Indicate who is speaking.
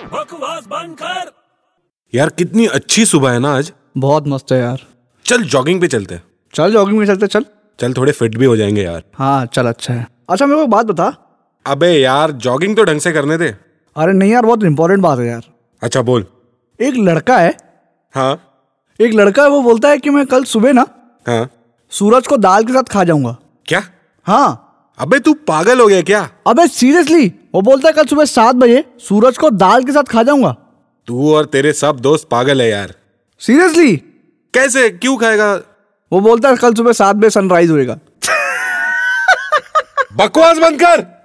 Speaker 1: आवाज बंद कर
Speaker 2: यार कितनी अच्छी सुबह है ना आज
Speaker 3: बहुत मस्त है यार
Speaker 2: चल जॉगिंग पे चलते हैं
Speaker 3: चल जॉगिंग में चलते चल
Speaker 2: चल थोड़े फिट भी हो जाएंगे यार
Speaker 3: हाँ चल अच्छा है अच्छा मेरे को एक बात बता
Speaker 2: अबे यार जॉगिंग तो ढंग से करने दे
Speaker 3: अरे नहीं यार बहुत इंपॉर्टेंट बात है यार
Speaker 2: अच्छा बोल
Speaker 3: एक लड़का है
Speaker 2: हाँ
Speaker 3: एक लड़का है वो बोलता है कि मैं कल सुबह ना
Speaker 2: हाँ
Speaker 3: सूरज को दाल के साथ खा जाऊंगा
Speaker 2: क्या
Speaker 3: हाँ
Speaker 2: अबे तू पागल हो गया क्या
Speaker 3: अबे सीरियसली वो बोलता है कल सुबह सात बजे सूरज को दाल के साथ खा जाऊंगा
Speaker 2: तू और तेरे सब दोस्त पागल है यार
Speaker 3: सीरियसली
Speaker 2: कैसे क्यों खाएगा
Speaker 3: वो बोलता है कल सुबह सात बजे सनराइज होएगा
Speaker 2: बकवास बंद कर